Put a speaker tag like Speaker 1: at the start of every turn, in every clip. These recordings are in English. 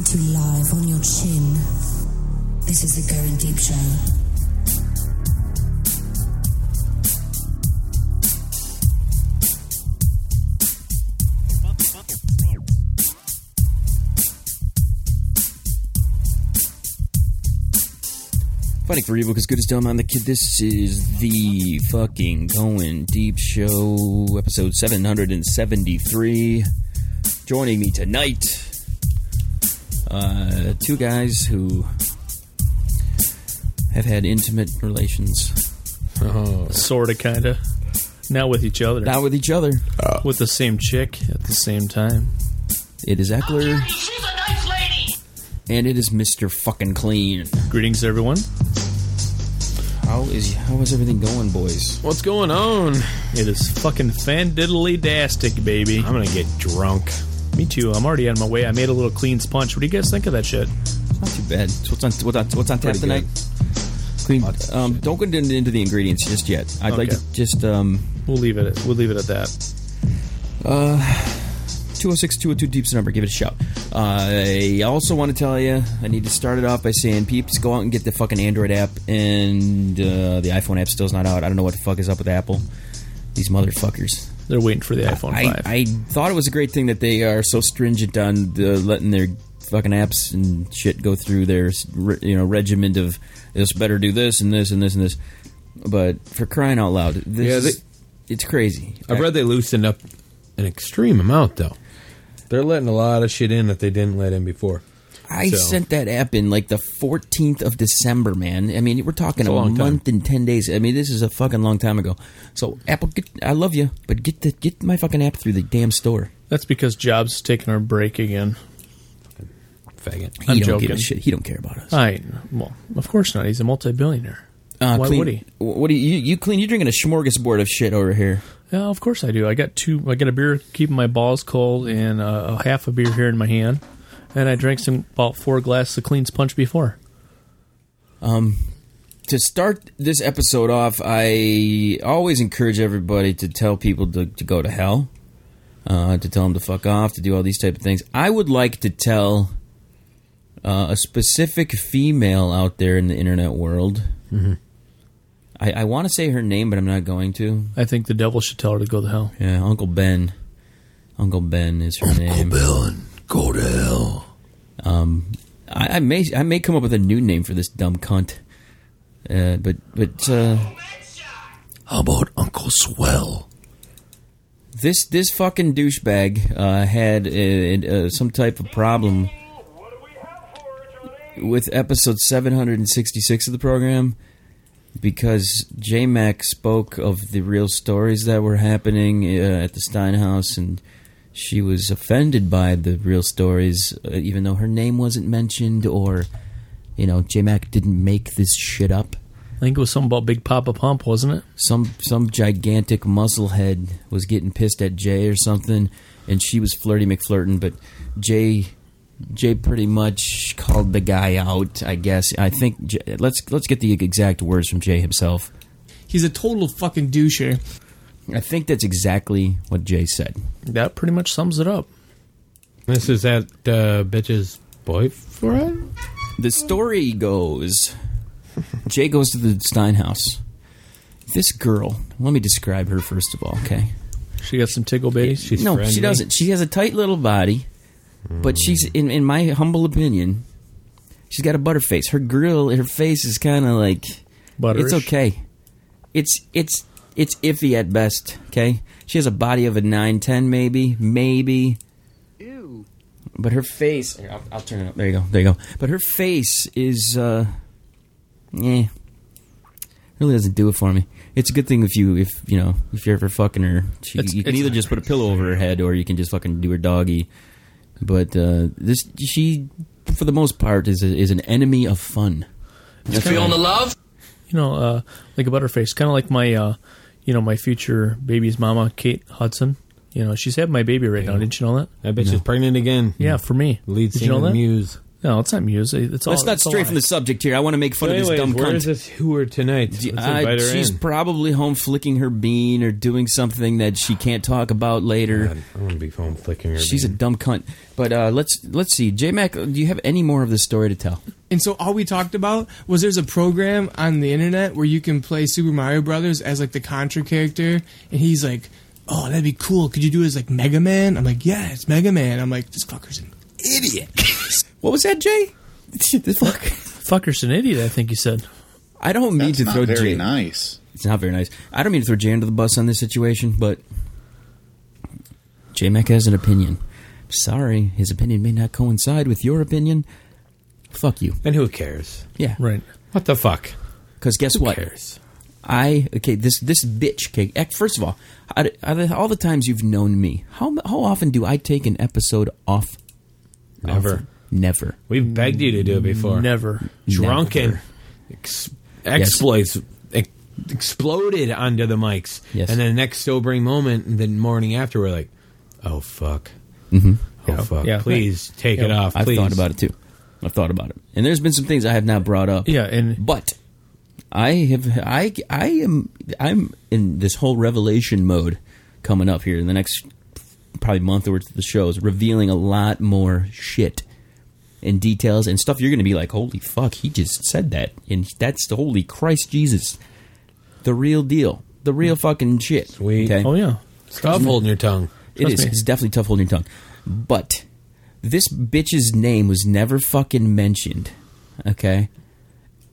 Speaker 1: off on your chin. This is the Going Deep Show.
Speaker 2: Fighting for evil, because good is dumb. I'm the kid. This is the fucking Going Deep Show, episode 773. Joining me tonight, uh, two guys who have had intimate relations.
Speaker 3: Oh.
Speaker 4: Sorta, kinda. Now with each other.
Speaker 2: Not with each other.
Speaker 4: with the same chick at the same time.
Speaker 2: It is Eckler,
Speaker 5: She's a nice lady.
Speaker 2: and it is Mr. Fucking Clean.
Speaker 4: Greetings, everyone.
Speaker 2: How is how is everything going, boys?
Speaker 3: What's going on?
Speaker 4: It is fucking fandiddly dastic, baby.
Speaker 3: I'm gonna get drunk.
Speaker 4: Me too. I'm already on my way. I made a little clean sponge. What do you guys think of that shit?
Speaker 2: It's not too bad. So what's on what's on, what's on tap
Speaker 3: Pretty
Speaker 2: tonight? Clean. Um, don't get into into the ingredients just yet. I'd like
Speaker 4: Okay.
Speaker 2: to just um,
Speaker 4: We'll leave it. At, we'll leave it at that.
Speaker 2: 206 202 Deep's number. Give it a shout. Uh, I also want to tell you, I need to start it off by saying, peeps, go out and get the fucking Android app, and uh, the iPhone app still's not out. I don't know what the fuck is up with Apple. These motherfuckers.
Speaker 4: They're waiting for the iPhone
Speaker 2: I,
Speaker 4: five.
Speaker 2: I thought it was a great thing that they are so stringent on the, letting their fucking apps and shit go through their you know regiment of this better do this and this and this and this. But for crying out loud, this
Speaker 3: Yeah, they-
Speaker 2: is- it's crazy.
Speaker 3: I've read they loosened up an extreme amount, though. They're letting a lot of shit in that they didn't let in before.
Speaker 2: I
Speaker 3: So-
Speaker 2: sent that app in like the 14th of December, man. I mean, we're talking
Speaker 3: It's a
Speaker 2: a,
Speaker 3: long time.
Speaker 2: month and 10 days. I mean, this is a fucking long time ago. So, Apple, get, I love you, but get the get my fucking app through the damn store.
Speaker 4: That's because Jobs taking our break again.
Speaker 3: Faggot.
Speaker 2: He
Speaker 4: I'm
Speaker 2: don't
Speaker 4: joking.
Speaker 2: give a shit. He don't care about us.
Speaker 4: I well, of course not. He's a multi-billionaire.
Speaker 2: Uh,
Speaker 4: Why
Speaker 2: clean,
Speaker 4: would he?
Speaker 2: What do you, you you clean? You're drinking a smorgasbord of shit over here.
Speaker 4: Yeah, of course I do. I got two. I got a beer keeping my balls cold and uh, a half a beer here in my hand, and I drank some about four glasses of clean sponge before.
Speaker 2: to start this episode off, I always encourage everybody to tell people to, to go to hell, uh, to tell them to fuck off, to do all these type of things. I would like to tell uh, a specific female out there in the internet world.
Speaker 4: Mm-hmm.
Speaker 2: I, I want to say her name, but I'm not going to.
Speaker 4: I think the devil should tell her to go to hell.
Speaker 2: Yeah, Uncle Ben. Uncle Ben is her name.
Speaker 3: Go to hell.
Speaker 2: Um, I, I may I may come up with a new name for this dumb cunt. Uh, but but uh,
Speaker 3: How about Uncle Swell?
Speaker 2: this this fucking douchebag uh, had uh, uh, some type of problem with episode 766 of the program because J Mac spoke of the real stories that were happening uh, at the Stein house and she was offended by the real stories uh, even though her name wasn't mentioned or you know J Mac didn't make this shit up
Speaker 4: I think it was something about Big Papa Pump, wasn't it?
Speaker 2: some some gigantic musclehead was getting pissed at Jay or something, and she was flirty McFlirtin, but Jay Jay pretty much called the guy out. I guess I think J- let's let's get the exact words from Jay himself.
Speaker 6: He's a total fucking doucher.
Speaker 2: I think that's exactly what Jay said.
Speaker 4: That pretty much sums it up.
Speaker 3: This is that uh, bitch's boyfriend?
Speaker 2: The story goes Jay goes to the Stein house. This girl, let me describe her first of all, okay?
Speaker 4: She got some tickle babies.
Speaker 3: She's
Speaker 2: no,
Speaker 3: friendly.
Speaker 2: she doesn't. She has a tight little body, but she's in in my humble opinion, she's got a butterface. Her grill, her face is kind of like
Speaker 4: Butterish.
Speaker 2: it's okay. It's it's it's iffy at best. Okay, she has a body of a nine ten, maybe maybe. But her face, here, I'll, I'll turn it up. There you go. There you go. But her face is, uh, eh, really doesn't do it for me. It's a good thing if you if you know if you're ever fucking her, she,
Speaker 4: It's-
Speaker 2: you can
Speaker 4: it's-
Speaker 2: either just put a pillow over her head or you can just fucking do her doggy. But uh, this she, for the most part, is a, is an enemy of fun.
Speaker 5: Feeling the love?
Speaker 4: You know, uh, like a butterface, kind of like my, uh, you know, my future baby's mama, Kate Hudson. You know, she's having my baby right now. Didn't you know that?
Speaker 3: That bitch is pregnant again. Hmm.
Speaker 4: Yeah, for me.
Speaker 3: Lead
Speaker 4: Did you know
Speaker 3: singer
Speaker 4: that?
Speaker 3: Muse.
Speaker 4: No, it's not music. It's all.
Speaker 2: Let's not
Speaker 4: it's a
Speaker 2: stray
Speaker 4: lie.
Speaker 2: from the subject here. I want to make fun of this dumb
Speaker 3: where
Speaker 2: cunt.
Speaker 3: is this hooer tonight? Let's
Speaker 2: Uh,
Speaker 3: invite her
Speaker 2: she's
Speaker 3: in.
Speaker 2: probably home flicking her bean or doing something that she can't talk about later.
Speaker 3: God, I'm gonna be phone flicking her.
Speaker 2: She's a dumb cunt. But uh, let's let's see, J Mac. Do you have any more of this story to tell?
Speaker 6: And so all we talked about was there's a program on the internet where you can play Super Mario Brothers as like the Contra character, and he's like, "Oh, that'd be cool. Could you do it as like Mega Man?" I'm like, "Yeah, it's Mega Man." I'm like, "This fucker's an idiot."
Speaker 2: What was that, Jay? the fuck.
Speaker 4: Fucker's an idiot. I think you said.
Speaker 2: I don't mean
Speaker 7: That's
Speaker 2: to
Speaker 7: not
Speaker 2: throw
Speaker 7: very
Speaker 2: Jay.
Speaker 7: nice.
Speaker 2: It's not very nice. I don't mean to throw Jay under the bus on this situation, but J Mac has an opinion. Sorry, his opinion may not coincide with your opinion. Fuck you.
Speaker 3: and who cares?
Speaker 2: Yeah.
Speaker 4: Right.
Speaker 3: What the fuck?
Speaker 2: Because guess
Speaker 3: Who
Speaker 2: what?
Speaker 3: cares?
Speaker 2: I okay. This this bitch. Okay, ec- first of all, out of- out of all the times you've known me, how how often do I take an episode off?
Speaker 3: Never.
Speaker 2: Often. Never.
Speaker 3: We've begged you to do it before.
Speaker 4: Never.
Speaker 3: Drunken ex- exploits ex- exploded onto the mics.
Speaker 2: Yes.
Speaker 3: And then the next sobering moment, the morning after, we're like, oh, fuck. Mm-hmm. Oh, fuck.
Speaker 4: Yeah.
Speaker 3: Please take it
Speaker 4: Yeah.
Speaker 3: off.
Speaker 2: I've
Speaker 3: Please.
Speaker 2: thought about it too. I've thought about it, and there's been some things I have not brought up.
Speaker 4: Yeah, and
Speaker 2: but I have I I am I'm in this whole revelation mode coming up here in the next probably month or two of the shows, revealing a lot more shit and details and stuff. You're going to be like, holy fuck, he just said that, and that's the holy Christ Jesus, the real deal, the real fucking shit.
Speaker 3: Sweet.
Speaker 2: Okay?
Speaker 4: oh yeah,
Speaker 3: Stop holding your tongue.
Speaker 2: It is.
Speaker 4: me.
Speaker 2: It's definitely tough holding your tongue. But this bitch's name was never fucking mentioned. Okay?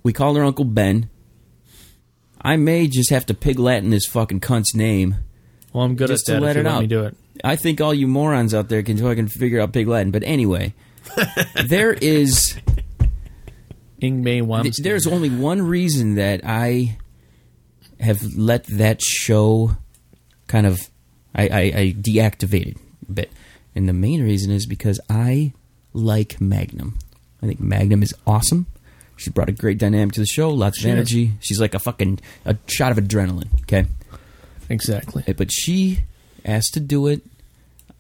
Speaker 2: We call her Uncle Ben. I may just have to pig Latin this fucking cunt's name.
Speaker 4: well I'm good
Speaker 2: Just to
Speaker 4: at that.
Speaker 2: let
Speaker 4: if you
Speaker 2: it
Speaker 4: let
Speaker 2: out.
Speaker 4: me do it.
Speaker 2: I think all you morons out there can fucking figure out pig Latin. But anyway, there is
Speaker 4: Ing May
Speaker 2: th-
Speaker 4: Wamstein.
Speaker 2: there's only one reason that I have let that show kind of I, I, I deactivated a bit, and the main reason is because I like Magnum. I think Magnum is awesome. She brought a great dynamic to the show, lots of
Speaker 4: is.
Speaker 2: energy. She's like a fucking a shot of adrenaline. Okay,
Speaker 4: exactly.
Speaker 2: Eh, but she asked to do it.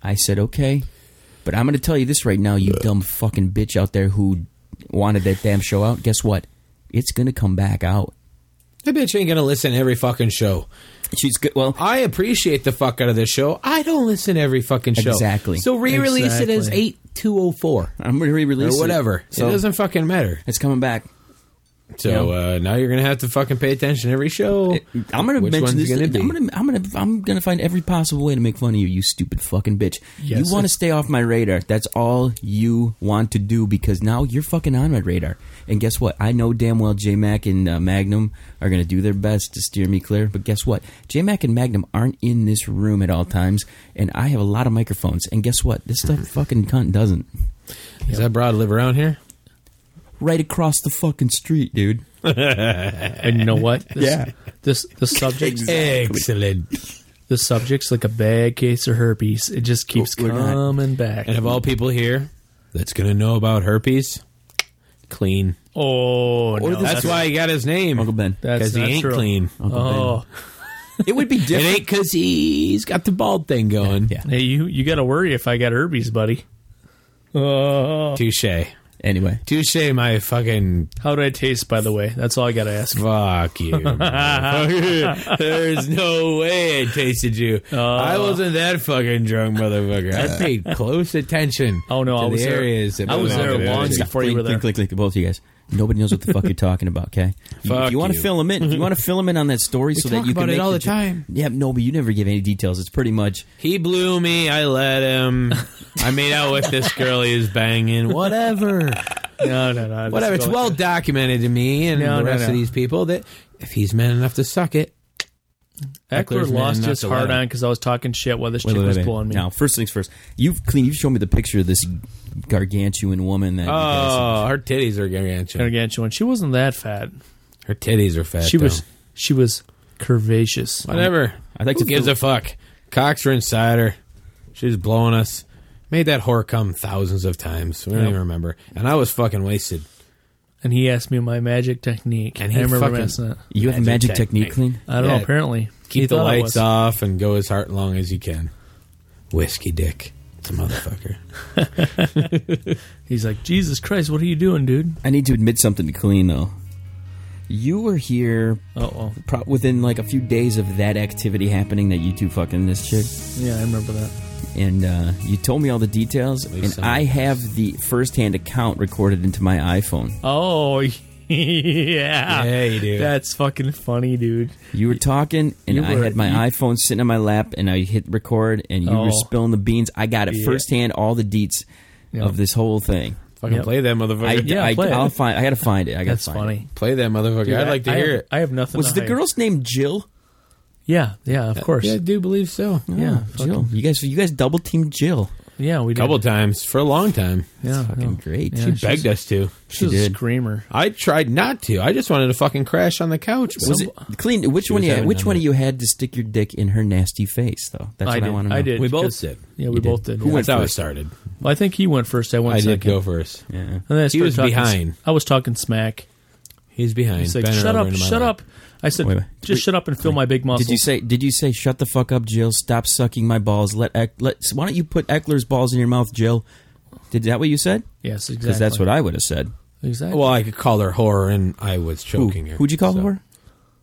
Speaker 2: I said okay, but I'm going to tell you this right now, you dumb fucking bitch out there who wanted that damn show out. Guess what? It's going to come back out.
Speaker 3: That bitch ain't going to listen to every fucking show.
Speaker 2: She's good. Well,
Speaker 3: I appreciate the fuck out of this show. I don't listen to every fucking show.
Speaker 2: Exactly.
Speaker 3: So re release it as
Speaker 4: Exactly.
Speaker 3: 8204
Speaker 2: I'm going to re-release
Speaker 3: or whatever.
Speaker 2: It, so
Speaker 3: it doesn't fucking matter.
Speaker 2: it's coming back.
Speaker 3: So
Speaker 2: You
Speaker 3: uh, now you're gonna have to fucking pay attention every show.
Speaker 2: I'm gonna
Speaker 3: Which
Speaker 2: mention
Speaker 3: one's
Speaker 2: this.
Speaker 3: Gonna be?
Speaker 2: I'm gonna, I'm gonna, I'm gonna find every possible way to make fun of you, you stupid fucking bitch.
Speaker 4: Yes.
Speaker 2: You want to stay off my radar. That's all you want to do because now you're fucking on my radar. And guess what? I know damn well J Mac and uh, Magnum are gonna do their best to steer me clear. But guess what? J Mac and Magnum aren't in this room at all times, and I have a lot of microphones. And guess what? This stuff fucking cunt doesn't.
Speaker 3: Does that broad live around here?
Speaker 2: Right across the fucking street, dude.
Speaker 4: And you know what? This, yeah. This the subject.
Speaker 3: Excellent.
Speaker 4: The subject's like a bad case of herpes. It just keeps
Speaker 2: We're not-
Speaker 4: coming back.
Speaker 3: and of all people here that's gonna know about herpes, clean.
Speaker 4: oh no,
Speaker 3: that's, why he got his name,
Speaker 2: Uncle Ben.
Speaker 4: That's
Speaker 3: because he
Speaker 4: not
Speaker 3: ain't
Speaker 4: true.
Speaker 3: clean.
Speaker 4: Oh,
Speaker 2: It would be
Speaker 3: It
Speaker 2: different.
Speaker 3: ain't because he's got the bald thing going.
Speaker 2: Yeah.
Speaker 4: hey, you you got to worry if I got herpes, buddy. Oh,
Speaker 3: Touche.
Speaker 2: Anyway,
Speaker 3: Touche. My fucking
Speaker 4: how do I taste? By the way, that's all I got to ask.
Speaker 3: Fuck you. motherfucker. There's no way it tasted you.
Speaker 4: Uh,
Speaker 3: I wasn't that fucking drunk, motherfucker. I paid close attention.
Speaker 4: Oh, no,
Speaker 3: to
Speaker 4: I was
Speaker 3: the
Speaker 4: there-
Speaker 3: areas that
Speaker 4: I was there
Speaker 3: belonged to
Speaker 4: long
Speaker 3: the-
Speaker 4: before you
Speaker 2: click,
Speaker 4: were there.
Speaker 2: Click, click, click, both of you guys. Nobody knows what the fuck you're talking about. Okay,
Speaker 3: Fuck
Speaker 2: if you want to
Speaker 3: you.
Speaker 2: fill them in. If you want to fill them in on that story, so
Speaker 3: talk
Speaker 2: that you
Speaker 3: about
Speaker 2: can
Speaker 3: it
Speaker 2: make
Speaker 3: all the
Speaker 2: ju-
Speaker 3: time.
Speaker 2: Yeah, no, but you never give any details. It's pretty much
Speaker 3: He blew me. I let him. I made out with this girl he was banging. Whatever.
Speaker 4: No, no, no.
Speaker 3: Whatever. It's
Speaker 4: that's-
Speaker 3: well documented to me and
Speaker 4: No,
Speaker 3: the
Speaker 4: no,
Speaker 3: rest of
Speaker 4: no.
Speaker 3: these people that if he's man enough to suck it,
Speaker 4: Eckler
Speaker 3: Eckler's man
Speaker 4: lost
Speaker 3: enough
Speaker 4: his
Speaker 3: to
Speaker 4: heart
Speaker 3: let him.
Speaker 4: on because I was talking shit while this chick
Speaker 2: Wait, wait,
Speaker 4: was
Speaker 2: wait, wait.
Speaker 4: blowing me.
Speaker 2: Now, first things first. You've clean. You've shown me the picture of this gargantuan woman. That
Speaker 3: Oh, her titties are
Speaker 4: And
Speaker 3: gargantuan.
Speaker 4: again, she went. She wasn't that fat.
Speaker 3: Her titties are fat.
Speaker 4: she was.
Speaker 3: though.
Speaker 4: She was curvaceous.
Speaker 3: Whatever.
Speaker 2: I'd like
Speaker 3: Who
Speaker 2: to
Speaker 3: gives
Speaker 2: feel-
Speaker 3: a fuck. Cox were inside her. She was blowing us. Made that whore come thousands of times. We don't
Speaker 4: Yep.
Speaker 3: even remember. And I was fucking wasted.
Speaker 4: And he asked me my magic technique.
Speaker 3: And
Speaker 4: And
Speaker 3: he
Speaker 4: I remember him
Speaker 3: fucking-
Speaker 4: asking that.
Speaker 2: you have a
Speaker 3: Magic
Speaker 2: magic technique,
Speaker 3: technique.
Speaker 2: clean.
Speaker 4: I don't
Speaker 3: Yeah.
Speaker 4: know. Apparently,
Speaker 3: Keep
Speaker 4: he
Speaker 3: the
Speaker 4: thought I
Speaker 3: lights
Speaker 4: was.
Speaker 3: off and go as hard long as you can. Whiskey dick. motherfucker.
Speaker 4: He's like, Jesus Christ, what are you doing, dude?
Speaker 2: I need to admit something to Colleen, though. You were here
Speaker 4: Uh oh.
Speaker 2: pro- within like a few days of that activity happening that you two fucking this chick,
Speaker 4: Yeah, I remember that.
Speaker 2: and uh, you told me all the details, and
Speaker 3: least some.
Speaker 2: I have the firsthand account recorded into my iPhone.
Speaker 4: Oh, yeah.
Speaker 3: Yeah, you do.
Speaker 4: That's fucking funny, dude.
Speaker 2: You were talking, and
Speaker 4: You
Speaker 2: I
Speaker 4: were-
Speaker 2: had my
Speaker 4: you-
Speaker 2: iPhone sitting on my lap, and I hit record, and you
Speaker 4: Oh.
Speaker 2: were spilling the beans. I got it
Speaker 4: Yeah.
Speaker 2: firsthand, all the deets
Speaker 4: Yeah.
Speaker 2: of this whole thing.
Speaker 3: Fucking
Speaker 4: Yep.
Speaker 3: play that motherfucker.
Speaker 2: I,
Speaker 4: Yeah,
Speaker 2: I,
Speaker 4: play it.
Speaker 2: will find. I gotta find it. I gotta
Speaker 4: That's
Speaker 2: find
Speaker 4: funny.
Speaker 3: play that motherfucker.
Speaker 4: Dude,
Speaker 3: I'd like to
Speaker 4: I
Speaker 3: hear
Speaker 4: have,
Speaker 3: it.
Speaker 4: I have nothing.
Speaker 2: It. Was
Speaker 4: to
Speaker 2: the
Speaker 4: hide.
Speaker 2: girl's name Jill?
Speaker 4: Yeah, yeah, of course.
Speaker 3: Yeah, I
Speaker 4: Yeah,
Speaker 3: do believe so. A
Speaker 2: Yeah,
Speaker 4: fucking-
Speaker 2: Jill. You guys, you guys double teamed Jill.
Speaker 4: we did.
Speaker 3: couple times for a long time.
Speaker 4: Yeah,
Speaker 2: Fucking
Speaker 4: no.
Speaker 2: great.
Speaker 4: Yeah,
Speaker 2: She
Speaker 4: she's-
Speaker 3: Begged us to.
Speaker 4: She's
Speaker 2: She
Speaker 4: a
Speaker 2: did.
Speaker 4: screamer.
Speaker 3: I tried not to. I just wanted to fucking crash on the couch.
Speaker 2: Was it clean? Which one?
Speaker 3: was
Speaker 2: You,
Speaker 3: having
Speaker 2: which
Speaker 3: none
Speaker 2: one
Speaker 3: of
Speaker 2: of you had to stick your dick in her nasty face, though? That's
Speaker 4: I
Speaker 2: what I
Speaker 4: did.
Speaker 2: want to know.
Speaker 4: I did.
Speaker 3: We both
Speaker 4: 'cause-
Speaker 3: did.
Speaker 4: Yeah, we
Speaker 2: You did.
Speaker 4: both did.
Speaker 2: Who
Speaker 4: yeah.
Speaker 2: went
Speaker 3: That's how it
Speaker 2: first?
Speaker 3: started.
Speaker 4: Well, I think he went first. I went
Speaker 3: I did
Speaker 4: second.
Speaker 3: go first.
Speaker 2: Yeah.
Speaker 4: And then I
Speaker 3: He was
Speaker 4: started talking-
Speaker 3: behind.
Speaker 4: I was talking smack.
Speaker 3: He's behind.
Speaker 4: He's like,
Speaker 3: bent
Speaker 4: "Shut
Speaker 3: over
Speaker 4: up!
Speaker 3: into my
Speaker 4: Shut up!"
Speaker 3: lap.
Speaker 4: I said,
Speaker 2: Wait, wait.
Speaker 4: "Just shut up and feel my big muscles."
Speaker 2: Did you say? Did you say? Shut the fuck up, Jill. Stop sucking my balls. Let Eck, let. Why don't you put Eckler's balls in your mouth, Jill? Did that what you said?
Speaker 4: Yes, exactly.
Speaker 2: Because that's what I would have said.
Speaker 4: exactly.
Speaker 3: Well, I could call her whore, and I was
Speaker 2: Who,
Speaker 3: choking her.
Speaker 2: who'd you call
Speaker 3: so-
Speaker 2: her?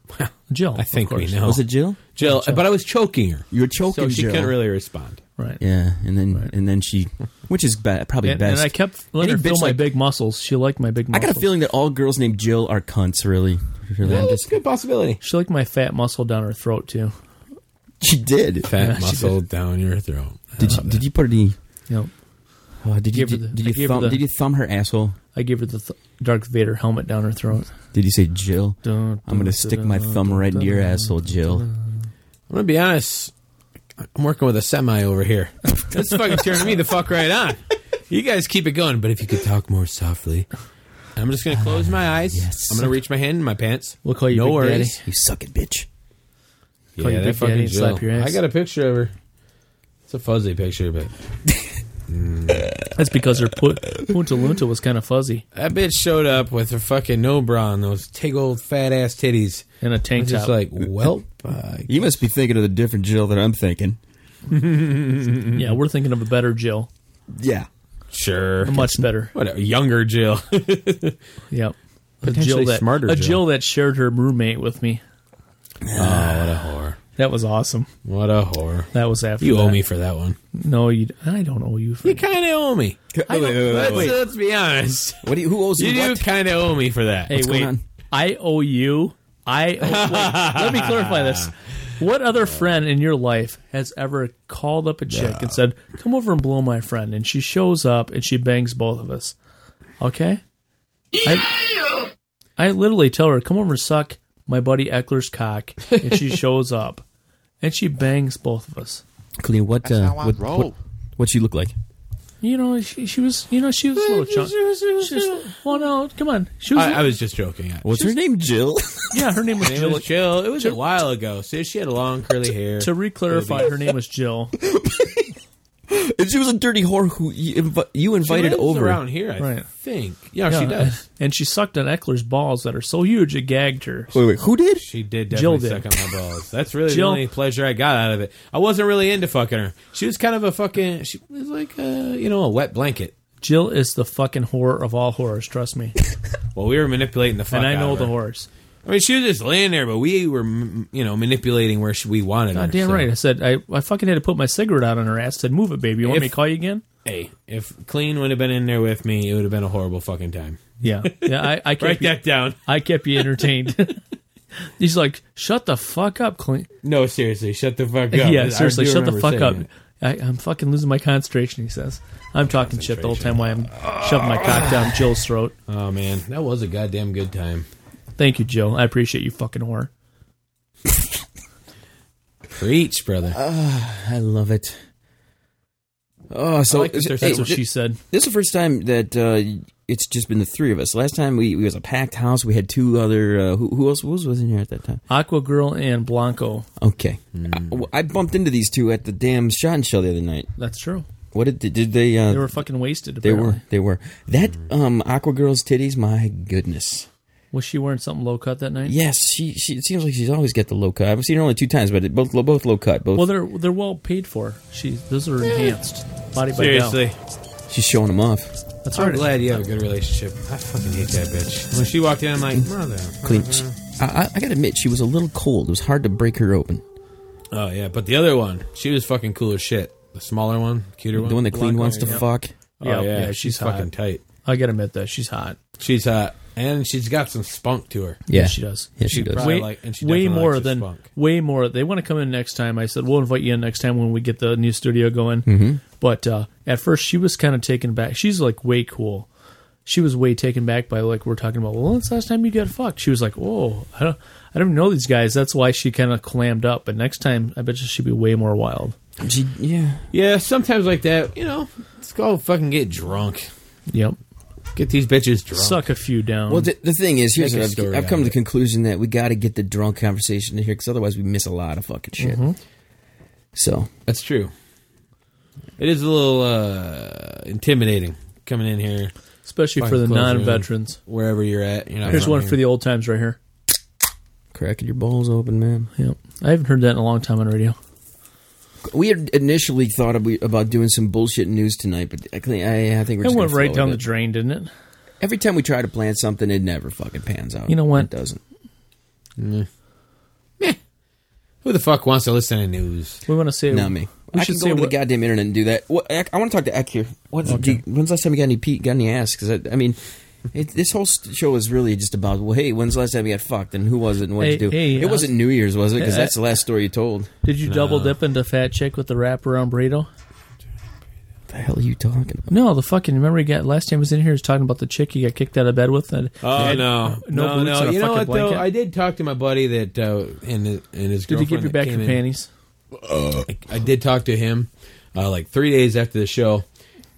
Speaker 4: Jill.
Speaker 3: I think
Speaker 4: of
Speaker 3: we
Speaker 4: course.
Speaker 3: know.
Speaker 2: Was it Jill?
Speaker 3: Jill, but I was choking her.
Speaker 2: You were choking
Speaker 3: so she
Speaker 2: Jill.
Speaker 3: couldn't really respond.
Speaker 4: Right.
Speaker 2: Yeah, and then and then she, which is ba- probably
Speaker 4: And, and
Speaker 2: best.
Speaker 4: I kept letting
Speaker 2: Any
Speaker 4: her feel
Speaker 2: bitch
Speaker 4: my
Speaker 2: like-
Speaker 4: big muscles. She liked my big.
Speaker 2: I
Speaker 4: muscles.
Speaker 2: got a feeling that all girls named Jill are cunts. Really, really. I'm just-
Speaker 3: a good possibility.
Speaker 4: She liked my fat muscle down her throat too.
Speaker 2: she did.
Speaker 3: Fat
Speaker 4: Yeah, she
Speaker 3: muscle down your throat.
Speaker 2: Did you, did you put any?
Speaker 4: Yep.
Speaker 2: Oh, did you
Speaker 4: Give her the-
Speaker 2: did,
Speaker 4: I
Speaker 2: did you
Speaker 4: gave her
Speaker 2: thumb
Speaker 4: the-
Speaker 2: did you thumb her asshole?
Speaker 4: I gave her the th- Darth Vader helmet down her throat.
Speaker 2: Did you say Jill?
Speaker 4: Dun,
Speaker 2: I'm gonna
Speaker 4: dun,
Speaker 2: stick
Speaker 4: dun,
Speaker 2: my
Speaker 4: dun,
Speaker 2: thumb
Speaker 4: dun,
Speaker 2: right into your
Speaker 4: dun,
Speaker 2: asshole,
Speaker 4: dun,
Speaker 2: Jill.
Speaker 3: I'm gonna be honest. I'm working with a semi over here. That's fucking turning me the fuck right on. You guys keep it going, but if you could talk more softly, I'm just gonna close my eyes.
Speaker 2: yes.
Speaker 3: I'm gonna reach my hand in my pants.
Speaker 4: We'll call you
Speaker 3: no
Speaker 4: Big
Speaker 3: worries.
Speaker 2: You suck it, bitch.
Speaker 3: Yeah,
Speaker 4: Call you
Speaker 3: that
Speaker 4: Big
Speaker 3: fucking
Speaker 4: Daddy and slap
Speaker 3: Jill.
Speaker 4: your ass.
Speaker 3: I got a picture of her. It's a fuzzy picture, but
Speaker 4: That's because her pu- Punta Lunta was kind of fuzzy
Speaker 3: that bitch showed up with her fucking no bra and those tig old fat ass titties.
Speaker 4: and a
Speaker 3: I'm
Speaker 4: tank
Speaker 3: just
Speaker 4: top.
Speaker 3: like, welp. uh, I
Speaker 2: You must be thinking of the different Jill that I'm thinking.
Speaker 4: yeah, we're thinking of a better Jill,
Speaker 2: Yeah.
Speaker 3: Sure.
Speaker 4: a much better.
Speaker 3: Whatever. Younger Jill.
Speaker 4: Yep. A
Speaker 3: Potentially
Speaker 4: Jill that
Speaker 3: smarter
Speaker 4: a
Speaker 3: Jill.
Speaker 4: Jill that shared her roommate with me.
Speaker 3: oh,
Speaker 4: That was awesome.
Speaker 3: what a whore. What a whore.
Speaker 4: That was after
Speaker 3: You owe
Speaker 4: that.
Speaker 3: me for that one.
Speaker 4: No, you. I don't owe you for.
Speaker 3: You kind of owe me.
Speaker 2: Wait, wait, wait,
Speaker 3: let's,
Speaker 2: wait, wait.
Speaker 3: let's be honest.
Speaker 2: What do you, who owes
Speaker 3: You
Speaker 2: you
Speaker 3: do
Speaker 2: what?
Speaker 3: kind of owe me for that.
Speaker 4: Hey,
Speaker 2: What's
Speaker 4: wait.
Speaker 2: going on?
Speaker 4: I owe you. I owe, wait, let me clarify this. What other friend in your life has ever called up a chick and said, "Come over and blow my friend," and she shows up and she bangs both of us? Okay. I, I literally tell her, "Come over and suck my buddy Eckler's cock," and she shows up and she bangs both of us.
Speaker 2: Colleen, what, uh, what, what what she look like?
Speaker 4: You know, she, she was, you know, she was a little chunk. She was, well, no, come on, she was.
Speaker 3: I, I was just joking. I-
Speaker 2: Was her name Jill?
Speaker 4: yeah, her name was
Speaker 3: It
Speaker 4: Jill.
Speaker 3: was Jill. It was a while ago. So she had long curly hair.
Speaker 4: To re-clarify, her name was Jill.
Speaker 2: she was a dirty whore who you, invi- you
Speaker 3: She
Speaker 2: invited
Speaker 3: lives
Speaker 2: over.
Speaker 3: around here, I
Speaker 4: Right.
Speaker 3: think. Yeah,
Speaker 4: Yeah,
Speaker 3: she does.
Speaker 4: And she sucked on Eckler's balls that are so huge it gagged her.
Speaker 2: Wait, wait, who did?
Speaker 3: She did
Speaker 4: Jill
Speaker 3: definitely
Speaker 4: did.
Speaker 3: suck on my balls. That's really
Speaker 4: Jill-
Speaker 3: the only pleasure I got out of it. I wasn't really into fucking her. She was kind of a fucking. She was like a you know a wet blanket.
Speaker 4: Jill is the fucking horror of all horrors, trust me.
Speaker 3: Well, we were manipulating the fuck.
Speaker 4: and I
Speaker 3: out
Speaker 4: know
Speaker 3: of
Speaker 4: the
Speaker 3: her.
Speaker 4: horrors.
Speaker 3: I mean, she was just laying there, but we were m- you know manipulating where she, we wanted her.
Speaker 4: God damn
Speaker 3: so.
Speaker 4: right. I said I, I fucking had to put my cigarette out on her ass. Said, "Move it, baby. You want me
Speaker 3: If-
Speaker 4: to call you again?"
Speaker 3: Hey, if Clean would have been in there with me, it would have been a horrible fucking time.
Speaker 4: Yeah, yeah. I, I
Speaker 3: Write
Speaker 4: kept you,
Speaker 3: that down.
Speaker 4: I kept you entertained. He's like, "Shut the fuck up, Clint."
Speaker 3: No, seriously, shut the fuck up.
Speaker 4: yeah,
Speaker 3: I
Speaker 4: seriously,
Speaker 3: do
Speaker 4: shut the
Speaker 3: remember
Speaker 4: fuck
Speaker 3: saying
Speaker 4: up.
Speaker 3: that.
Speaker 4: I, I'm fucking losing my concentration. He says, "I'm talking shit the whole time while I'm shoving my cock down Jill's throat."
Speaker 3: Oh man, that was a goddamn good time.
Speaker 4: Thank you, Jill. I appreciate you, fucking whore.
Speaker 3: Preach, brother.
Speaker 2: Uh, I love it. Oh, so
Speaker 3: like that there's-
Speaker 2: hey,
Speaker 4: That's what
Speaker 2: th-
Speaker 4: she said.
Speaker 2: This is the first time that uh, it's just been the three of us. Last time we, we was a packed house. We had two other. Uh, who, who else was was in here at that time?
Speaker 4: Aqua Girl and Blanco.
Speaker 2: Okay, I- w- I, bumped into these two at the damn shot and shell the other night.
Speaker 4: That's true.
Speaker 2: What did they, did they? Uh,
Speaker 4: They were fucking wasted.
Speaker 2: They
Speaker 4: apparently.
Speaker 2: were. They were. That um, Aqua Girl's titties. My goodness.
Speaker 4: Was she wearing something low cut that night?
Speaker 2: Yes, she. She it seems like she's always got the low cut. I've seen her only two times, but it, both both low cut. Both.
Speaker 4: Well, they're they're well paid for. She those are enhanced. Body by Dow.
Speaker 3: Seriously.
Speaker 2: She's showing him off.
Speaker 4: That's
Speaker 3: I'm
Speaker 4: right.
Speaker 3: glad you have a good relationship. I fucking hate that bitch. When she walked in, I'm like, mother.
Speaker 2: Clean. She- I, I, I gotta admit, she was a little cold. It was hard to break her open.
Speaker 3: Oh, yeah. But the other one, she was fucking cool as shit. The smaller one, cuter one.
Speaker 2: The one that Clean
Speaker 3: Blonde
Speaker 2: wants to
Speaker 3: one, yeah.
Speaker 2: fuck.
Speaker 3: Oh,
Speaker 4: Yeah,
Speaker 3: yeah.
Speaker 4: yeah,
Speaker 3: she's,
Speaker 4: she's hot.
Speaker 3: fucking tight.
Speaker 4: I gotta admit that she's hot.
Speaker 3: She's hot. And she's got some spunk to her.
Speaker 2: Yeah,
Speaker 4: she does.
Speaker 2: Yeah, she
Speaker 3: She
Speaker 2: does.
Speaker 3: probably-
Speaker 4: Way,
Speaker 3: I like- and she
Speaker 4: way
Speaker 3: definitely
Speaker 4: more
Speaker 3: likes the
Speaker 4: than
Speaker 3: spunk.
Speaker 4: way more. They want to come in next time. I said we'll invite you in next time when we get the new studio going.
Speaker 3: Mm-hmm.
Speaker 4: But uh, at first, she was kind of taken back. She's like way cool. She was way taken back by like we're talking about. Well, when's the last time you got fucked? She was like, "Whoa, I don't, I don't know these guys." That's why she kind of clammed up. But next time, I bet you she'd be way more wild.
Speaker 2: She, yeah.
Speaker 3: Yeah, sometimes like that, you know, let's go fucking get drunk.
Speaker 4: Yep,
Speaker 3: Get these bitches drunk.
Speaker 4: suck a few down.
Speaker 2: Well, the, the thing is, here's
Speaker 3: Make a
Speaker 2: what I've,
Speaker 3: story
Speaker 2: I've come
Speaker 3: out
Speaker 2: to
Speaker 3: of
Speaker 2: the
Speaker 3: it.
Speaker 2: conclusion that we got to get the drunk conversation in here because otherwise we miss a lot of fucking shit. So
Speaker 3: That's true. It is a little uh, intimidating coming in here,
Speaker 4: Especially for
Speaker 3: Fucking
Speaker 4: the
Speaker 3: close room.
Speaker 4: non-veterans.
Speaker 3: wherever you're at. You're not
Speaker 4: Here's
Speaker 3: from
Speaker 4: one
Speaker 3: here.
Speaker 4: for the old times right here.
Speaker 2: cracking your balls open, man.
Speaker 4: Yep, I haven't heard that in a long time on radio.
Speaker 2: We had initially thought ab- about doing some bullshit news tonight, but I think I, I think we're
Speaker 4: It
Speaker 2: just
Speaker 4: went
Speaker 2: gonna
Speaker 4: right
Speaker 2: flow
Speaker 4: down the
Speaker 2: with it.
Speaker 4: drain, didn't it?
Speaker 2: Every time we try to plan something, it never fucking pans out.
Speaker 4: You know what?
Speaker 2: It doesn't.
Speaker 3: Who the fuck wants to listen to news?
Speaker 4: We want to say
Speaker 2: Not me.
Speaker 4: We
Speaker 2: I
Speaker 4: should
Speaker 2: can
Speaker 4: say
Speaker 2: go to the
Speaker 4: what-
Speaker 2: goddamn internet and do that. What, I, want to talk to Eck here. What's, do- when's the last time you got any pee, got any ass? Because I, I mean, it, this whole st- show is really just about well, hey, when's the last time you got fucked and who was it and what
Speaker 4: Hey,
Speaker 2: did you do?
Speaker 4: hey, uh,
Speaker 2: it
Speaker 4: I was-
Speaker 2: wasn't New Year's, was it? Because
Speaker 4: I-
Speaker 2: that's the last story you told.
Speaker 4: Did you double dip into fat chick with the wraparound burrito?
Speaker 2: What the hell are you talking about?
Speaker 4: No, the fucking remember he got last time he was in here he was talking about the chick he got kicked out of bed with. And
Speaker 3: Oh no,
Speaker 4: no
Speaker 3: no,
Speaker 4: boots
Speaker 3: no!
Speaker 4: and a
Speaker 3: You know what
Speaker 4: fucking
Speaker 3: though?
Speaker 4: blanket.
Speaker 3: I did talk to my buddy that uh, and his- and his
Speaker 4: did
Speaker 3: girlfriend.
Speaker 4: he give you
Speaker 3: that
Speaker 4: back
Speaker 3: came
Speaker 4: your
Speaker 3: in.
Speaker 4: panties?
Speaker 3: I did talk to him uh, like three days after the show,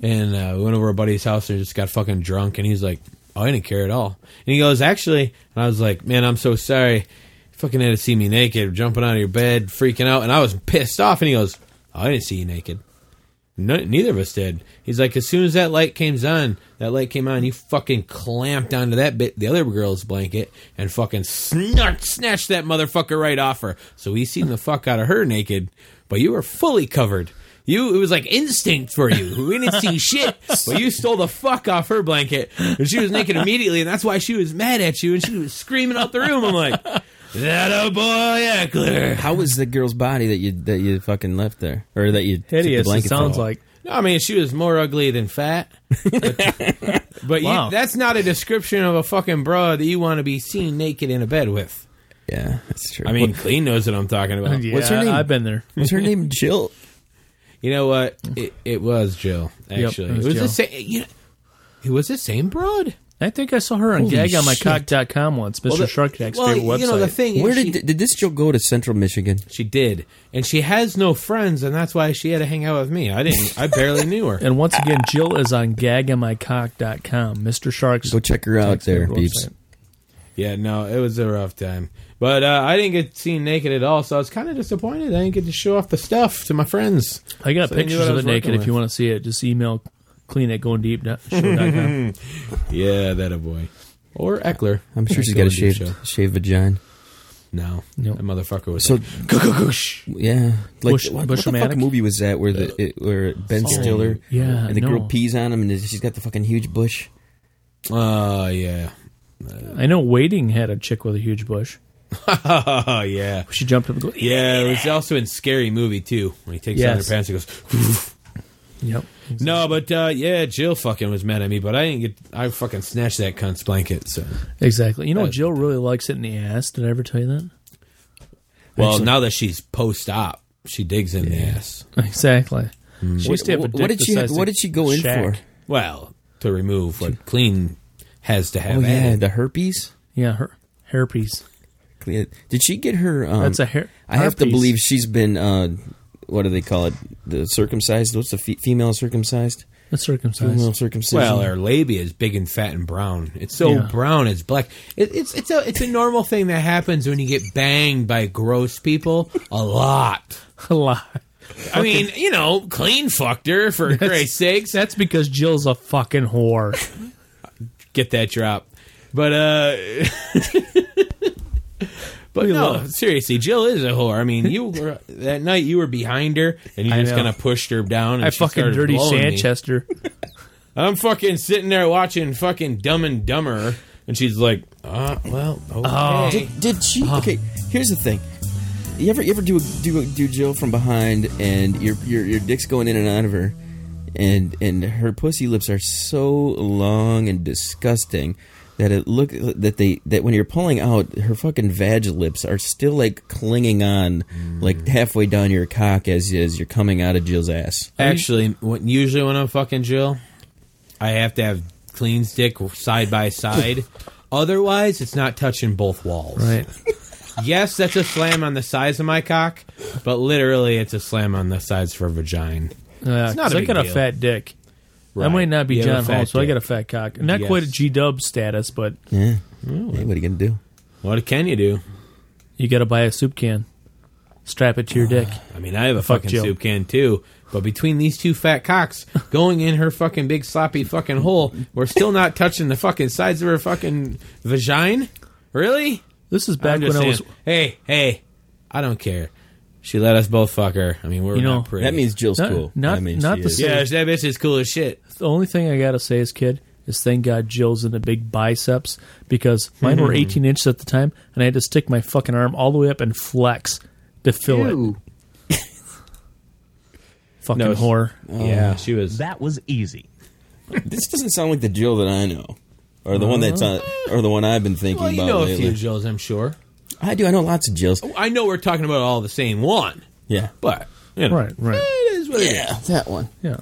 Speaker 3: and uh, we went over to a buddy's house and just got fucking drunk. And he's like, "Oh, I didn't care at all." And he goes, "Actually," and I was like, "Man, I'm so sorry. You fucking had to see me naked, jumping out of your bed, freaking out." And I was pissed off. And he goes, oh, "I didn't see you naked." No, neither of us did. He's like, as soon as that light came on, that light came on, you fucking clamped onto that bit, the other girl's blanket, and fucking snort, snatched that motherfucker right off her. So he seen the fuck out of her naked, but you were fully covered. You, it was like instinct for you. We didn't see shit, but you stole the fuck off her blanket, and she was naked immediately, and that's why she was mad at you, and she was screaming out the room. I'm like, that a boy, Eckler.
Speaker 2: How was the girl's body that you that you fucking left there, or that you took the
Speaker 4: Hideous. It
Speaker 2: blanket
Speaker 4: sounds
Speaker 2: from?
Speaker 4: like
Speaker 3: No, I mean she was more ugly than fat. But, but
Speaker 4: Wow.
Speaker 3: you, that's not a description of a fucking broad that you want to be seen naked in a bed with.
Speaker 2: Yeah, that's true.
Speaker 3: I mean, clean knows what I'm talking about.
Speaker 4: yeah,
Speaker 2: what's her name?
Speaker 4: I've been there.
Speaker 2: was her name Jill?
Speaker 3: You know what? It, it was Jill.
Speaker 4: Yep,
Speaker 3: Actually,
Speaker 4: it was
Speaker 3: it was
Speaker 4: Jill.
Speaker 3: the same. You know, it was the same broad.
Speaker 4: I think I saw her on
Speaker 2: Holy
Speaker 4: gagonmycock.com once, Mr.
Speaker 3: the-
Speaker 4: Shark Jack's
Speaker 3: well,
Speaker 4: favorite website.
Speaker 3: You know the thing. is
Speaker 2: Where
Speaker 3: she-
Speaker 2: did did this Jill go to Central Michigan?
Speaker 3: she did? And she has no friends, and that's why she had to hang out with me. I didn't. I barely knew her.
Speaker 4: and once again, Jill is on gagonmycock.com. Mr. Shark's
Speaker 2: Go check her out
Speaker 4: Jack's
Speaker 2: there,
Speaker 4: favorite
Speaker 2: beeps.
Speaker 4: website.
Speaker 3: Yeah, no, it was a rough time. But uh, I didn't get seen naked at all, so I was kind of disappointed. I didn't get to show off the stuff to my friends.
Speaker 4: I got
Speaker 3: So they knew
Speaker 4: pictures
Speaker 3: what I
Speaker 4: of it
Speaker 3: was
Speaker 4: naked.
Speaker 3: working
Speaker 4: If you
Speaker 3: with.
Speaker 4: want to see it, just email clean at goingdeep.show.com.
Speaker 3: Yeah, that a boy. Or Eckler.
Speaker 2: I'm sure she's
Speaker 3: Eckler
Speaker 2: got a
Speaker 3: would do
Speaker 2: shaved shaved vagina.
Speaker 3: No,
Speaker 4: No.
Speaker 3: that motherfucker was
Speaker 2: So-
Speaker 3: so. Like,
Speaker 2: Yeah, like
Speaker 4: Bush-
Speaker 2: what, what the
Speaker 4: Bushmatic? Uh,
Speaker 2: fuck movie was that where the it, where Ben Stiller,
Speaker 4: yeah,
Speaker 2: and the
Speaker 4: no.
Speaker 2: girl pees on him and she's got the fucking huge bush.
Speaker 3: oh yeah,
Speaker 4: I know Waiting had a chick with a huge bush.
Speaker 3: oh yeah,
Speaker 4: She jumped up and go,
Speaker 3: yeah. It was also in Scary Movie too when he takes
Speaker 4: Yes.
Speaker 3: down her pants and goes.
Speaker 4: Yep.
Speaker 3: no, but uh, yeah, Jill fucking was mad at me, but I didn't get. I fucking snatched that cunt's blanket. So
Speaker 4: Exactly. You know,
Speaker 3: That was
Speaker 4: Jill really likes it in the ass. Did I ever tell you that?
Speaker 3: well,
Speaker 2: Actually-
Speaker 3: now that she's post-op, she digs in the ass.
Speaker 4: Exactly. She used to have a
Speaker 2: Mm. What-
Speaker 4: dick
Speaker 2: what did
Speaker 4: the
Speaker 2: she-
Speaker 4: size
Speaker 2: what
Speaker 4: of
Speaker 2: did she go in
Speaker 4: Shaq.
Speaker 2: for?
Speaker 3: Well, to remove what clean has to have.
Speaker 2: Oh yeah,
Speaker 3: added.
Speaker 2: the herpes.
Speaker 4: Yeah, her hairpiece.
Speaker 2: Did she get her? Um,
Speaker 4: That's a hair.
Speaker 2: I have to
Speaker 4: herpes.
Speaker 2: believe she's been. Uh, what do they call it? The circumcised. What's the fe- female circumcised?
Speaker 4: That's circumcised.
Speaker 2: Female circumcision.
Speaker 3: Well, her labia is big and fat and brown. It's so
Speaker 4: Yeah.
Speaker 3: brown, it's black. It, it's it's a it's a normal thing that happens when you get banged by gross people a lot.
Speaker 4: a lot.
Speaker 3: I mean, you know, clean fucked her for Christ's sakes.
Speaker 4: That's because Jill's a fucking whore.
Speaker 3: Get that drop, but uh, But
Speaker 4: We
Speaker 3: no,
Speaker 4: love-
Speaker 3: seriously, Jill is a whore. I mean, you were that night you were behind her and you
Speaker 4: I
Speaker 3: just
Speaker 4: know.
Speaker 3: kind of pushed her down. And
Speaker 4: I
Speaker 3: she
Speaker 4: fucking
Speaker 3: started
Speaker 4: dirty
Speaker 3: blowing me.
Speaker 4: Sanchester.
Speaker 3: I'm fucking sitting there watching fucking Dumb and Dumber, and she's like, "Ah, well, okay."
Speaker 2: Did, did she? Okay, here's the thing. You ever you ever do a, do a, do Jill from behind and your your your dick's going in and out of her, and and her pussy lips are so long and disgusting that it look that they that when you're pulling out her fucking vag lips are still like clinging on like halfway down your cock as as you're coming out of Jill's ass.
Speaker 3: Actually, when, usually when I'm fucking Jill, I have to have clean stick side by side. Otherwise, it's not touching both walls.
Speaker 4: Right.
Speaker 3: Yes, that's a slam on the sides of my cock, but literally, it's a slam on the sides for vagina.
Speaker 4: Yeah,
Speaker 3: It's not
Speaker 4: 'cause
Speaker 3: a
Speaker 4: I
Speaker 3: big
Speaker 4: got a
Speaker 3: deal.
Speaker 4: fat dick. I
Speaker 3: Right.
Speaker 4: might not be
Speaker 3: You have a
Speaker 4: John
Speaker 3: fat
Speaker 4: Holmes, so I
Speaker 3: dick.
Speaker 4: got a fat cock. Not
Speaker 3: Yes.
Speaker 4: quite a G Dub status, but
Speaker 2: Yeah. Hey, what are you gonna do?
Speaker 3: What can you do?
Speaker 4: you got to buy a soup can, strap it to your dick.
Speaker 3: I mean, I have a
Speaker 4: Fuck
Speaker 3: fucking
Speaker 4: Jill.
Speaker 3: soup can too. But between these two fat cocks going in her fucking big sloppy fucking hole, we're still not touching the fucking sides of her fucking vagina. Really?
Speaker 4: This is back
Speaker 3: I'm
Speaker 4: when
Speaker 3: just
Speaker 4: I was.
Speaker 3: saying. Hey, hey, I don't care. She let us both fuck her. I mean, we're
Speaker 4: You know,
Speaker 3: not pretty.
Speaker 2: That means Jill's
Speaker 4: Not-
Speaker 2: cool.
Speaker 4: not-
Speaker 2: that means
Speaker 4: not
Speaker 2: she
Speaker 4: the
Speaker 2: is.
Speaker 4: same.
Speaker 3: yeah, that bitch is cool as shit.
Speaker 4: The only thing I gotta say is, kid, is thank God Jill's in the big biceps because mine were 18 inches at the time, and I had to stick my fucking arm all the way up and flex to fill it. Fucking
Speaker 3: No, it's-
Speaker 4: whore.
Speaker 2: Oh.
Speaker 3: Yeah, she was.
Speaker 7: That was easy.
Speaker 2: This doesn't sound like the Jill that I know, or the one that's on, or the one I've been thinking
Speaker 3: well, you
Speaker 2: about
Speaker 3: know a
Speaker 2: lately.
Speaker 3: few Jills, I'm sure.
Speaker 2: I do. I know lots of Jills.
Speaker 3: I know we're talking about all the same one,
Speaker 2: Yeah,
Speaker 3: but you know,
Speaker 4: Right, right.
Speaker 3: It is what it is.
Speaker 2: that one.
Speaker 4: Yeah.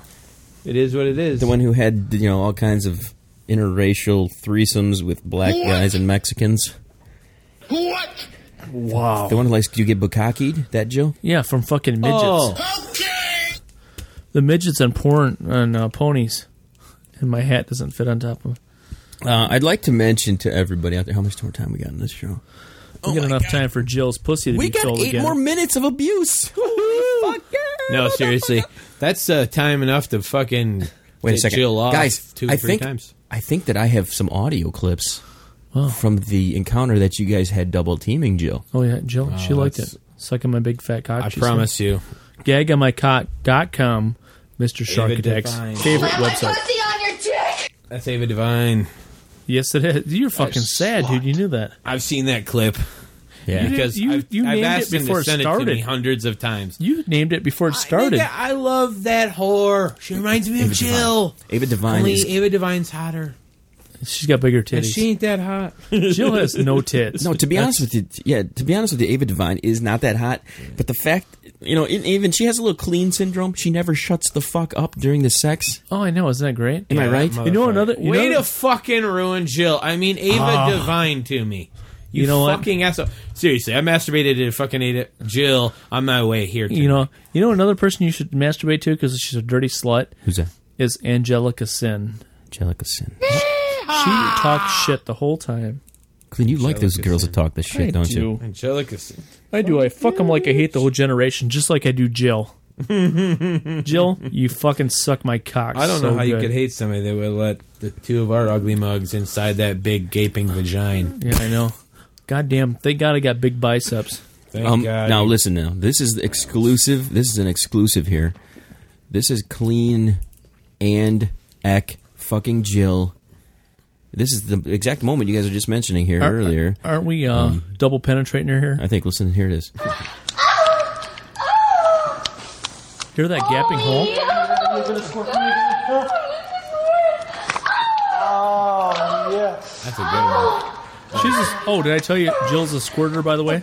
Speaker 3: It is what it is.
Speaker 2: The one who had you know all kinds of interracial threesomes with black guys and Mexicans.
Speaker 5: What?
Speaker 4: Wow.
Speaker 2: The one who likes you get bukakied. That Jill.
Speaker 4: Yeah, from fucking midgets.
Speaker 3: Oh.
Speaker 5: Okay.
Speaker 4: The midgets on porn on uh, ponies, and my hat doesn't fit on top of. it.
Speaker 2: Uh, I'd like to mention to everybody out there how much more time we got in this show.
Speaker 4: We got enough time for Jill's pussy to
Speaker 2: Oh We
Speaker 4: be
Speaker 2: got
Speaker 4: sold
Speaker 2: eight
Speaker 4: again.
Speaker 2: more minutes of abuse.
Speaker 3: No, seriously, that's uh, time enough to fucking
Speaker 2: Wait a
Speaker 3: get
Speaker 2: second,
Speaker 3: Jill off
Speaker 2: guys.
Speaker 3: Two,
Speaker 2: I
Speaker 3: three
Speaker 2: think
Speaker 3: times.
Speaker 2: I think that I have some audio clips from the encounter that you guys had double teaming Jill.
Speaker 4: oh yeah, Jill, she liked
Speaker 3: that's-
Speaker 4: it. Sucking my big fat cock.
Speaker 3: I
Speaker 4: she said.
Speaker 3: promise you.
Speaker 4: gagamaycock.com, Mr. Shark
Speaker 3: David
Speaker 4: Attack's
Speaker 3: Devine.
Speaker 4: favorite
Speaker 5: my
Speaker 4: website.
Speaker 5: pussy on your dick.
Speaker 3: That's Ava Divine.
Speaker 4: Yes, it is. You're fucking sad, dude. You knew that.
Speaker 3: I've seen that clip.
Speaker 2: Yeah.
Speaker 3: because
Speaker 4: You-
Speaker 3: I've,
Speaker 4: you
Speaker 3: I've
Speaker 4: named
Speaker 3: asked
Speaker 4: it
Speaker 3: him
Speaker 4: before
Speaker 3: to
Speaker 4: it
Speaker 3: send it to
Speaker 4: started.
Speaker 3: me hundreds of times.
Speaker 4: You named it before it started.
Speaker 3: I, I love that whore. She reminds me of Jill.
Speaker 2: Ava Divine
Speaker 3: Only
Speaker 2: is
Speaker 3: Ava Divine's hotter,
Speaker 4: She's got bigger
Speaker 3: and
Speaker 4: titties.
Speaker 3: she ain't that hot.
Speaker 4: Jill has no tits.
Speaker 2: No, to be honest with you, t- yeah, to be honest with you, Ava Devine is not that hot. But the fact, you know, e- even she has a little clean syndrome. She never shuts the fuck up during the sex.
Speaker 4: Oh, I know. Isn't that great?
Speaker 2: Am I right?
Speaker 4: You know another. You
Speaker 3: Way
Speaker 4: know, Ah.
Speaker 3: to fucking ruin Jill. I mean, Ava Divine to me. You,
Speaker 4: You know what?
Speaker 3: fucking asshole. Seriously, I masturbated to fucking Ada Jill on my way here.
Speaker 4: you know. You know another person you should masturbate to because she's a dirty slut
Speaker 2: Who's that?
Speaker 4: is Angelica Sin.
Speaker 2: Angelica Sin.
Speaker 4: She talks shit the whole time.
Speaker 2: Clint, you like those girls that talk this shit,
Speaker 4: I
Speaker 2: don't
Speaker 4: do.
Speaker 2: you?
Speaker 3: Angelica.
Speaker 4: I do. I fuck them like I hate the whole generation, just like I do Jill. Jill, you fucking suck my cock.
Speaker 3: I don't know
Speaker 4: so
Speaker 3: how you
Speaker 4: good.
Speaker 3: could hate somebody that would let the two of our ugly mugs inside that big gaping vagina.
Speaker 4: Yeah, I know. Goddamn, thank God I got big biceps.
Speaker 3: Thank
Speaker 2: Um,
Speaker 3: God.
Speaker 2: now listen, now this is exclusive. This is an exclusive here. This is clean and eck fucking Jill. This is the exact moment you guys were just mentioning here earlier. Um,
Speaker 4: Aren't we uh, double penetrating her here?
Speaker 2: I think. Listen, here it is.
Speaker 4: Hear that gapping hole?
Speaker 3: That's a good one.
Speaker 4: She's a, oh, did I tell you Jill's a squirter? By the way,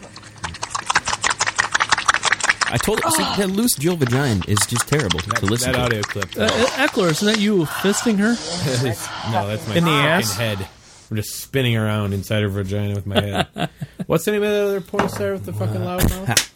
Speaker 2: I told you, see, that loose Jill vagina is just terrible to listen
Speaker 3: That
Speaker 2: to.
Speaker 3: audio clip.
Speaker 4: uh, Eckler, isn't that you fisting her?
Speaker 3: no, that's my
Speaker 4: In the
Speaker 3: fucking
Speaker 4: ass?
Speaker 3: head. I'm just spinning around inside her vagina with my head. What's the name of that other porn star with the fucking loud mouth?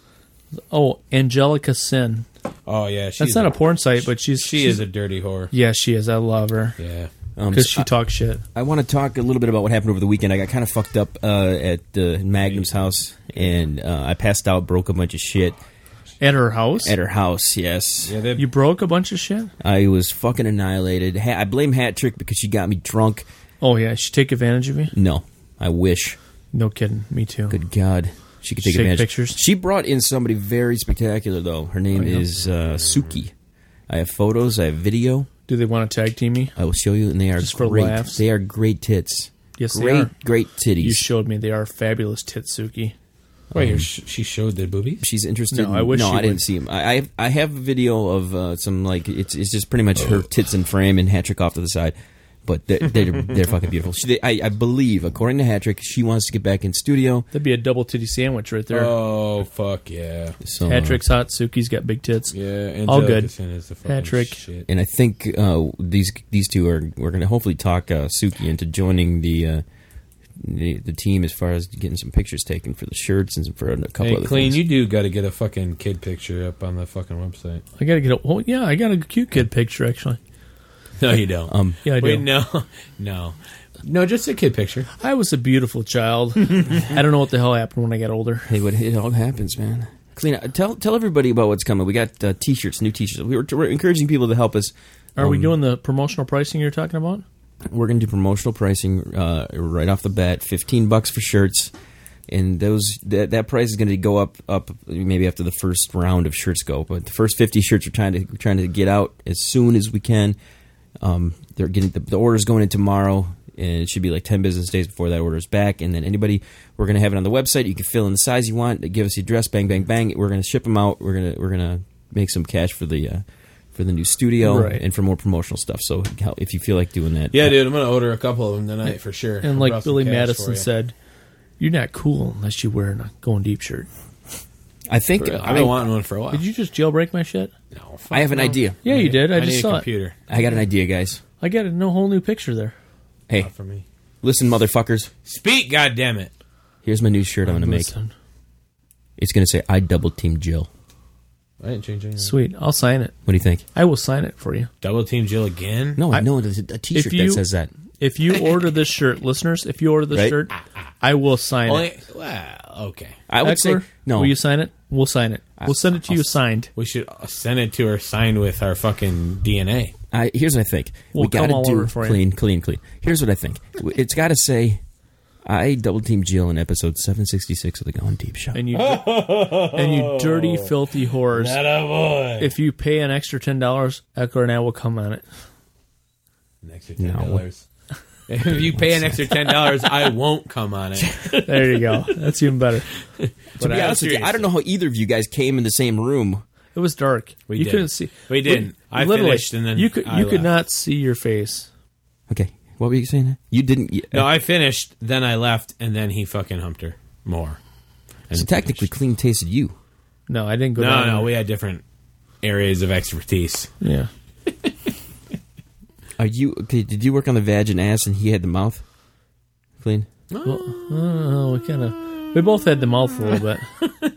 Speaker 4: Oh, Angelica Sin.
Speaker 3: Oh yeah, she's
Speaker 4: That's not a porn site, but she's
Speaker 3: She
Speaker 4: she's- Uh,
Speaker 3: is a dirty whore.
Speaker 4: Yeah, she is. I love her
Speaker 3: Yeah.
Speaker 2: Um,
Speaker 4: because she talks shit.
Speaker 2: I want to talk a little bit about what happened over the weekend. I got kind of fucked up uh, at uh, Magnum's house, and uh, I passed out, broke a bunch of shit
Speaker 4: At her house,
Speaker 2: at her house. Yes,
Speaker 3: Yeah, they,
Speaker 4: you broke a bunch of shit.
Speaker 2: I was fucking annihilated. Ha- I blame Hat Trick because she got me drunk.
Speaker 4: Oh yeah, she take advantage of you.
Speaker 2: No, I wish.
Speaker 4: No kidding, me too.
Speaker 2: Good God, She could take
Speaker 4: Shake
Speaker 2: advantage.
Speaker 4: pictures.
Speaker 2: She brought in somebody very spectacular, though. Her name is uh, Suki. I have photos. I have video.
Speaker 4: Do they want to tag team me?
Speaker 2: I will show you, and they are
Speaker 4: Just for
Speaker 2: great.
Speaker 4: laughs.
Speaker 2: They are great tits.
Speaker 4: Yes, they
Speaker 2: great,
Speaker 4: are.
Speaker 2: great titties.
Speaker 4: You showed me they are fabulous Titsuki.
Speaker 3: Wait, you're sh- she showed the boobies.
Speaker 2: She's interested.
Speaker 4: No,
Speaker 2: in-
Speaker 4: I wish she
Speaker 2: I didn't
Speaker 4: would.
Speaker 2: see him. I, I I have a video of uh, some like it's it's just pretty much her tits and frame and Hatrick off to the side, but they're they're, they're fucking beautiful. She, I I believe according to Hatrick, she wants to get back in studio.
Speaker 4: That'd be a double titty sandwich right there.
Speaker 3: Oh fuck yeah,
Speaker 2: So uh,
Speaker 4: Patrick's hot. Suki's got big tits.
Speaker 3: yeah.
Speaker 4: All
Speaker 3: Angelica
Speaker 4: good.
Speaker 3: Sin Is the fucking
Speaker 4: Patrick.
Speaker 3: shit.
Speaker 2: and I think uh, these these two are we're gonna hopefully talk uh, Suki into joining the. Uh, the, the team as far as getting some pictures taken for the shirts and for a couple
Speaker 3: Hey,
Speaker 2: other
Speaker 3: clean.
Speaker 2: things.
Speaker 3: You do got to get a fucking kid picture up on the fucking website.
Speaker 4: I gotta get a. Oh yeah, I got a cute kid picture actually.
Speaker 3: No, you don't.
Speaker 2: um,
Speaker 4: Yeah, I do.
Speaker 3: Wait, no, no, no. Just a kid picture.
Speaker 4: I was a beautiful child. I don't know what the hell happened when I got older.
Speaker 2: Hey, what it all happens, man. Clean up. Tell tell everybody about what's coming. We got uh, t-shirts, new t-shirts. We were, we're encouraging people to help us.
Speaker 4: Are we
Speaker 2: Um,
Speaker 4: doing the promotional pricing you're talking about?
Speaker 2: We're going to do promotional pricing uh, right off the bat. Fifteen bucks for shirts, and those that that price is going to go up up maybe after the first round of shirts go. But the first fifty shirts we're trying to we're trying to get out as soon as we can. Um, they're getting the, the orders going in tomorrow, and it should be like ten business days before that order's back. And then anybody, we're gonna have it on the website. You can fill in the size you want. Give us the address. Bang, bang, bang. We're gonna ship them out. We're gonna we're gonna make some cash for the uh, for the new studio
Speaker 4: Right.
Speaker 2: and for more promotional stuff. So how- if you feel like doing that,
Speaker 3: Yeah, dude, I'm gonna order a couple of them tonight for sure.
Speaker 4: And
Speaker 3: I brought
Speaker 4: like
Speaker 3: some
Speaker 4: Billy
Speaker 3: cash for
Speaker 4: Madison
Speaker 3: you.
Speaker 4: said, "You're not cool unless you wear a going deep shirt."
Speaker 2: I think
Speaker 3: I've been wanting one for a while.
Speaker 4: Did you just jailbreak my shit?
Speaker 3: No, fuck
Speaker 2: I have an
Speaker 3: no.
Speaker 2: idea.
Speaker 4: Yeah, you did. I,
Speaker 3: need
Speaker 4: just
Speaker 3: a
Speaker 4: saw it.
Speaker 3: computer.
Speaker 2: I got an idea, guys.
Speaker 4: I got a no whole new picture there.
Speaker 2: Hey,
Speaker 3: Not for me.
Speaker 2: listen, motherfuckers.
Speaker 3: Speak, goddamn it!
Speaker 2: Here's my new shirt I'm gonna make.
Speaker 4: Listen.
Speaker 2: It's gonna say "I double team Jill."
Speaker 3: I didn't change anything.
Speaker 4: Sweet, I'll sign it.
Speaker 2: What do you think?
Speaker 4: I will sign it for you.
Speaker 3: Double team Jill again?
Speaker 2: No,
Speaker 4: I-
Speaker 2: no, there's a a T-shirt
Speaker 4: you-
Speaker 2: that says that.
Speaker 4: If you order this shirt, listeners, if you order this
Speaker 2: Right.
Speaker 4: shirt, I will sign it.
Speaker 3: Only, well, okay.
Speaker 2: I would
Speaker 4: Eckler,
Speaker 2: say no.
Speaker 4: Will you sign it? We'll sign it. We'll send it to you signed.
Speaker 3: We should send it to her signed with our fucking DNA.
Speaker 2: I, here's what I think.
Speaker 4: We'll
Speaker 2: we got
Speaker 4: come all
Speaker 2: to do
Speaker 4: over for you.
Speaker 2: clean, clean, clean. Here's what I think. It's got to say, "I double team Jill" in episode 766 of the Gone Deep Show.
Speaker 4: and you and
Speaker 3: Oh.
Speaker 4: you dirty, filthy whores.
Speaker 3: boy.
Speaker 4: If you pay an extra ten dollars, Eckler and I will come on it.
Speaker 3: An extra ten dollars. if you pay an extra ten dollars, I won't come on it.
Speaker 4: There you go. That's even better.
Speaker 3: But
Speaker 2: To be
Speaker 3: I'm
Speaker 2: honest with you,
Speaker 3: serious.
Speaker 2: I don't know how either of you guys came in the same room.
Speaker 4: It was dark.
Speaker 3: We
Speaker 4: you
Speaker 3: did.
Speaker 4: couldn't see.
Speaker 3: We didn't. I
Speaker 4: literally,
Speaker 3: finished and then
Speaker 4: you could
Speaker 3: I
Speaker 4: you could
Speaker 3: left.
Speaker 4: not see your face.
Speaker 2: Okay, what were you saying? You didn't. You,
Speaker 3: No, I finished. Then I left, and then he fucking humped her more. And
Speaker 2: so technically, clean tasted you.
Speaker 4: No, I didn't go.
Speaker 3: no,
Speaker 4: down
Speaker 3: no,
Speaker 4: there.
Speaker 3: we had different areas of expertise.
Speaker 4: yeah.
Speaker 2: Are you? Okay, did you work on the vag and ass, and he had the mouth? Clean.
Speaker 4: Oh, we kind of we both had the mouth a little bit.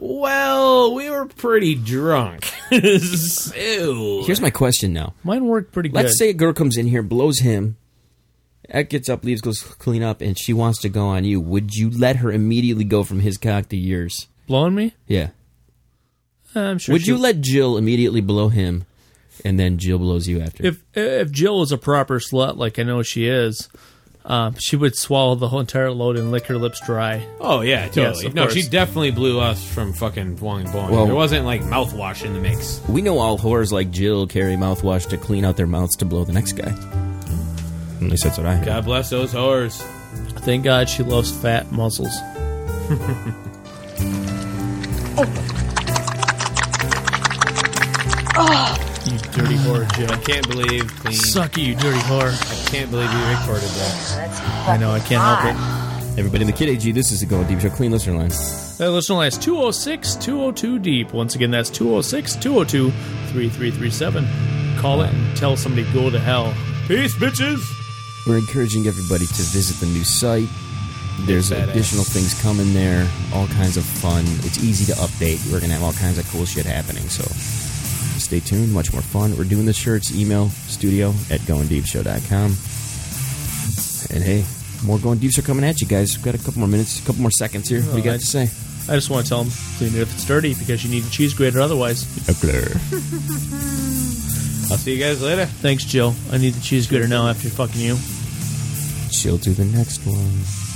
Speaker 3: Well, we were pretty drunk. Ew.
Speaker 2: Here's my question now.
Speaker 4: Mine worked pretty good.
Speaker 2: Let's say a girl comes in here, blows him. Ed gets up, leaves, goes clean up, and she wants to go on you. Would you let her immediately go from his cock to yours?
Speaker 4: blowing me. Eh,
Speaker 2: Yeah.
Speaker 4: I'm sure.
Speaker 2: Would
Speaker 4: she-
Speaker 2: you let Jill immediately blow him, and then Jill blows you after?
Speaker 4: if if Jill was a proper slut like I know she is, um, she would swallow the whole entire load and lick her lips dry.
Speaker 3: Oh yeah, totally.
Speaker 4: Yes, of
Speaker 3: no,
Speaker 4: course.
Speaker 3: she definitely blew us from fucking Wong and Bong.
Speaker 2: Well-
Speaker 3: there wasn't like mouthwash in the mix.
Speaker 2: we know all whores like Jill carry mouthwash to clean out their mouths to blow the next guy. At least that's what I heard.
Speaker 3: God bless those whores.
Speaker 4: Thank God she loves fat muscles. You dirty whore, Jill.
Speaker 3: Can't believe clean.
Speaker 4: Suck it, you dirty whore.
Speaker 3: Can't believe you recorded that.
Speaker 4: I know, I can't help it.
Speaker 2: Everybody, in the Kid AG. This is the Going Deep Show. Clean listener line.
Speaker 4: That listener line is 206 202 deep. E Once again, that's 206 202 3337. Call it and tell somebody go to hell.
Speaker 3: Peace, bitches.
Speaker 2: We're encouraging everybody to visit the new site. There's
Speaker 3: Badass.
Speaker 2: additional things coming there, all kinds of fun. It's easy to update. We're going to have all kinds of cool shit happening, so stay tuned. Much more fun. We're doing the shirts. Email studio at goingdeepshow.com. And hey, more Going Deep Show coming at you guys. We've got a couple more minutes, a couple more seconds here. What do you got to say?
Speaker 4: I just want to tell them clean it if it's dirty because you need a cheese grater otherwise.
Speaker 3: I'll see you guys later.
Speaker 4: Thanks, Jill. I need the cheese grater now after fucking you.
Speaker 2: She'll do the next one.